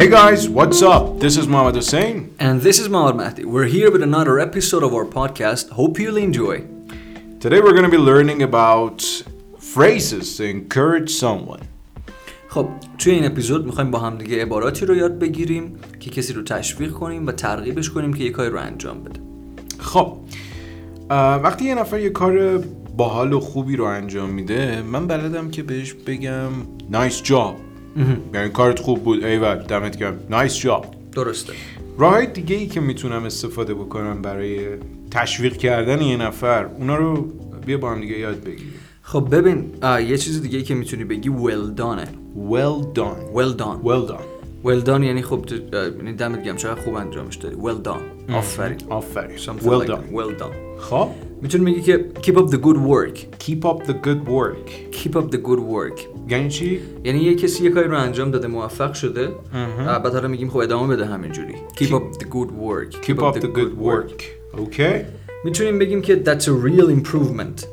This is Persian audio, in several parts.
Hey guys, what's up? This is Mohammad Hussein. And this is Mohammad Mahdi. We're here with another episode of our podcast. Hope you'll enjoy. Today we're going to be learning about phrases to encourage someone. خب توی این اپیزود میخوایم با همدیگه عباراتی رو یاد بگیریم که کسی رو تشویق کنیم و ترغیبش کنیم که یه کاری رو انجام بده خب اه، Uh, وقتی یه نفر یه کار باحال و خوبی رو انجام میده من بلدم که بهش بگم نایس جاب یعنی کارت خوب بود ایول دمت گرم نایس جاب درسته راه های دیگه ای که میتونم استفاده بکنم برای تشویق کردن یه نفر اونا رو بیا با هم دیگه یاد بگیریم خب ببین آه، یه چیز دیگه که میتونی بگی well done well done well done well done well done یعنی خب تو- آه، یعنی دمت گرم چقدر خوب انجامش دادی well done آفرین آفرین Something well like that. done well done خب میتونی بگی که keep up the good work keep up the good work keep up the good work یعنی چی یعنی یه کسی یه کاری رو انجام داده موفق شده بعد حالا میگیم خب ادامه بده همینجوری keep, up the good work keep, up, the, good, work. okay میتونیم بگیم که that's a real improvement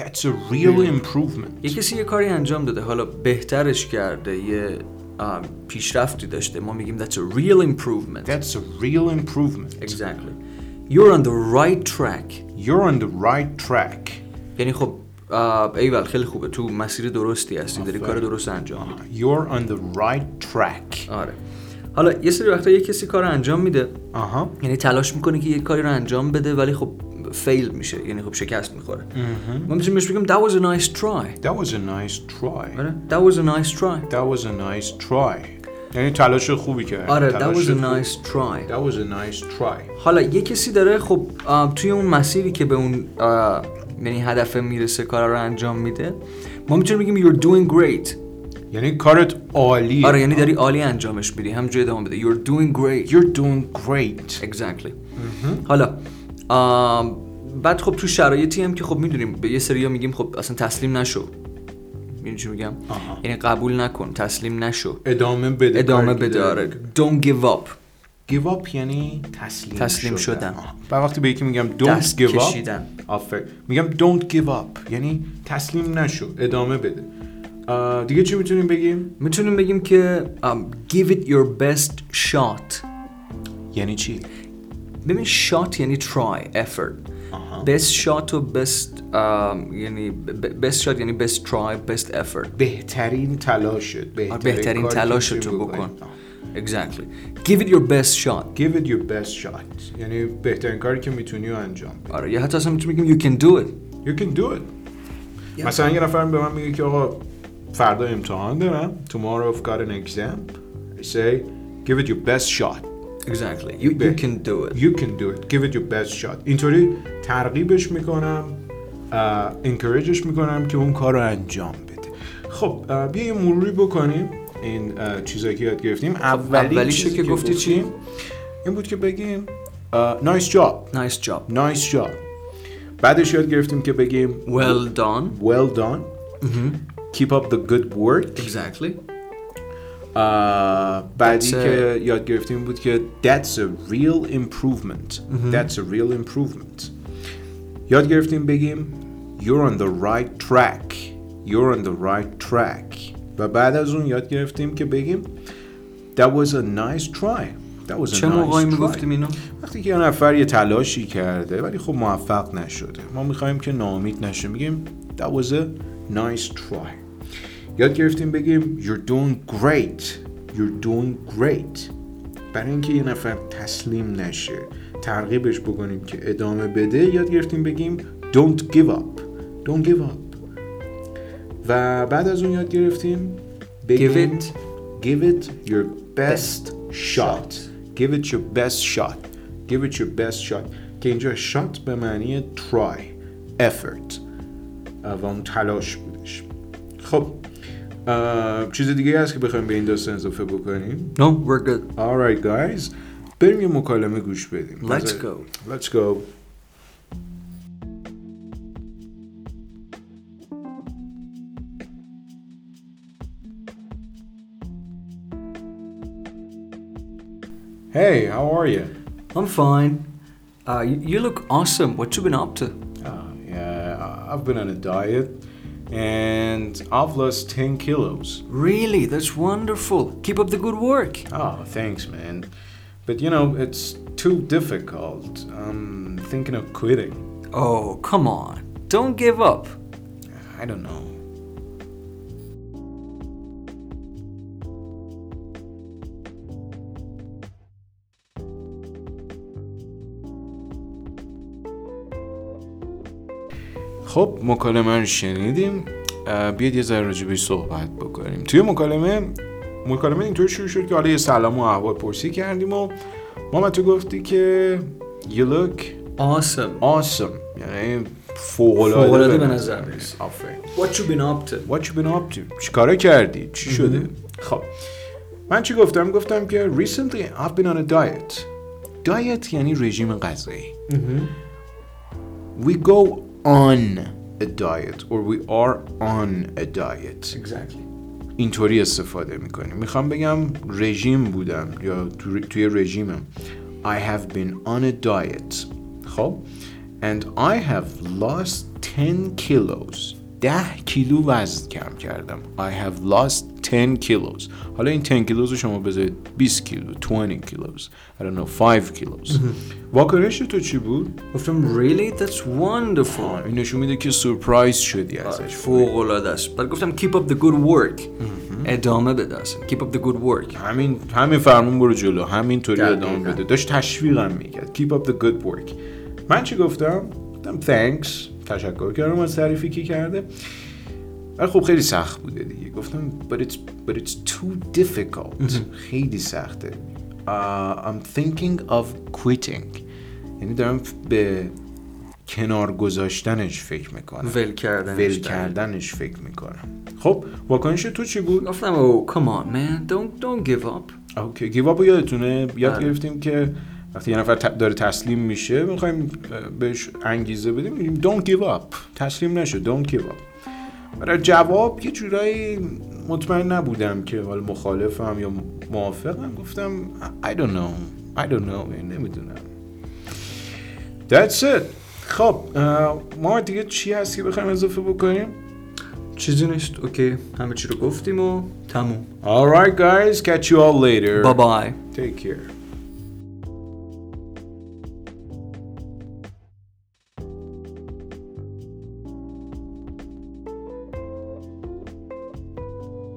that's a real improvement یه کسی یه کاری انجام داده حالا بهترش کرده یه آم، پیشرفتی داشته ما میگیم that's a real improvement that's a real improvement exactly you're on the right track you're on the right track یعنی خب آه، ایول خیلی خوبه تو مسیر درستی هستی داری کار درست انجام میدی you're on the right track آره حالا یه سری وقتا یه کسی کار رو انجام میده آها یعنی تلاش میکنه که یه کاری رو انجام بده ولی خب فیل میشه یعنی خب شکست میخوره ما میتونیم بهش بگیم that was a nice try that was a nice try آره that was a nice try that was a nice try یعنی تلاش خوبی کرد آره that تلاش was a خوب. nice try that was a nice try حالا یه کسی داره خب آه، توی اون مسیری که به اون آه، یعنی هدف میرسه کار رو انجام میده ما میتونیم بگیم you're doing great یعنی کارت عالی آره یعنی داری عالی انجامش میدی همجوری ادامه بده you're doing great you're doing great Exactly. حالا آم، بعد خب تو شرایطی هم که خب میدونیم به یه سریا میگیم خب اصلا تسلیم نشو میدونی چی میگم آها. یعنی قبول نکن تسلیم نشو ادامه بده ادامه کاری که بده داری آره می‌کنی. don't give up give up یعنی تسلیم, تسلیم شدن. آها. و وقتی به یکی میگم don't دست give کشیدن. up آفر. میگم don't give up یعنی تسلیم نشو ادامه بده آه، دیگه چی میتونیم بگیم میتونیم بگیم که آم، give it your best shot یعنی چی ببین shot یعنی try effort آها. best shot و best آم، یعنی ب- best shot یعنی best try best effort بهترین تلاشت بهترین, آره، بهترین کاری که تلاشت می‌تونی رو بکنی. بکن آه. exactly give it your best shot give it your best shot یعنی بهترین کاری که میتونی رو انجام بده آره یا حتی اصلا میتونیم بگیم you can do it you can do it مثلا یه نفر به من میگه که آقا فردا امتحان دارم tomorrow I've got an exam I say give it your best shot Exactly. You, you به. can do it. You can do it. Give it your best shot. اینطوری ترغیبش میکنم انکرجش میکنم که اون کار رو انجام بده خب اه، بیا یه مروری بکنیم این اه، چیزایی که یاد گرفتیم اولی اولیشو چیزی که گفتی چی؟ گفتیم این بود که بگیم اه، nice job Nice job. nice job بعدش یاد گرفتیم که بگیم Well done. well done keep up the good work Exactly. آه، Uh, بعدی That's a- که یاد گرفتیم بود که that's a real improvement Mm-hmm. that's a real improvement یاد گرفتیم بگیم you're on the right track you're on the right track و بعد از اون یاد گرفتیم که بگیم that was a nice try that was a چه موقعی nice try میگفتیم اینو؟ وقتی که یه نفر یه تلاشی کرده ولی خب موفق نشده ما میخوایم که ناامید نشه میگیم that was a nice try یاد گرفتیم بگیم you're doing great you're doing great برای اینکه یه نفر تسلیم نشه ترغیبش بکنیم که ادامه بده یاد گرفتیم بگیم don't give up don't give up و بعد از اون یاد گرفتیم بگیم Give it Give it your best shot. Give it your best shot. Give it your best shot. که اینجا shot به معنی try, effort و اون تلاش بودش. خب اه، چیز دیگه هست که بخوایم به این داستان اضافه بکنیم. No, we're good. Alright guys, بریم یه مکالمه گوش بدیم. Let's go. Let's go. Hey, how are you? I'm fine. Uh, you, you look awesome. What you been up to? Uh, yeah, I- I've been on a diet. and I've lost 10 kilos. Really? That's wonderful. Keep up the good work. Oh, thanks, man. But you know, it's too difficult. I'm thinking of quitting. Oh, come on. Don't give up. I don't know. خب مکالمه رو شنیدیم اه، بیاید یه ذره راجبش صحبت بکنیم توی مکالمه مکالمه اینطور شروع شد که حالا یه سلام و احوال پرسی کردیم و ماما تو گفتی که you look Awesome. awesome یعنی فوق فوق‌العاده العاده به نظر می‌رسی. آفرین What you been up to? What you been up to? چیکارا کردی؟ چی شده؟ خب من چی گفتم؟ گفتم که recently I've been on a diet. Diet یعنی رژیم غذایی. We go on a diet or we are on a diet. Exactly. اینطوری استفاده میکنیم. میخوام بگم رژیم بودم یا تو- توی رژیمم. I have been on a diet. خب and I have lost 10 kilos. 10 کیلو وزن کم کردم. I have lost 10 kilos. حالا این 10 کیلوز رو شما بذارید 20 کیلو، 20 کیلوز. I don't know 5 کیلوز. واکنش تو چی بود؟ گفتم really that's wonderful. این نشون میده که سورپرایز شدی ازش. فوق العاده است. بعد گفتم keep up the good work. Mm-hmm. ادامه بده اصلا. Keep up the good work. همین همین فرمون برو جلو همینطوری دقیقاً. ادامه بده داشت تشویقم میکرد keep up the good work من چی گفتم گفتم thanks تشکر کردم از تعریفی که کرده ولی خب خیلی سخت بوده دیگه گفتم but it's, but it's too difficult خیلی سخته uh, I'm thinking of quitting یعنی دارم به کنار گذاشتنش فکر میکنم ول کردن. آره. ول کردنش فکر میکنم خب واکنش تو چی بود؟ گفتم oh come on man don't don't give up. اوکی گیواب رو یادتونه یاد بله. گرفتیم که وقتی یه نفر ت- داره تسلیم میشه میخوایم بهش انگیزه بدیم میگیم don't give up تسلیم نشو don't give up برای جواب یه جورایی مطمئن نبودم که حالا مخالفم یا موافقم گفتم I don't know I don't know یعنی نمیدونم That's it خب اه، ما دیگه چی هست که بخوایم اضافه بکنیم؟ چیزی نیست اوکی همه چی رو گفتیم و تموم. Alright guys catch you all later Bye bye. Take care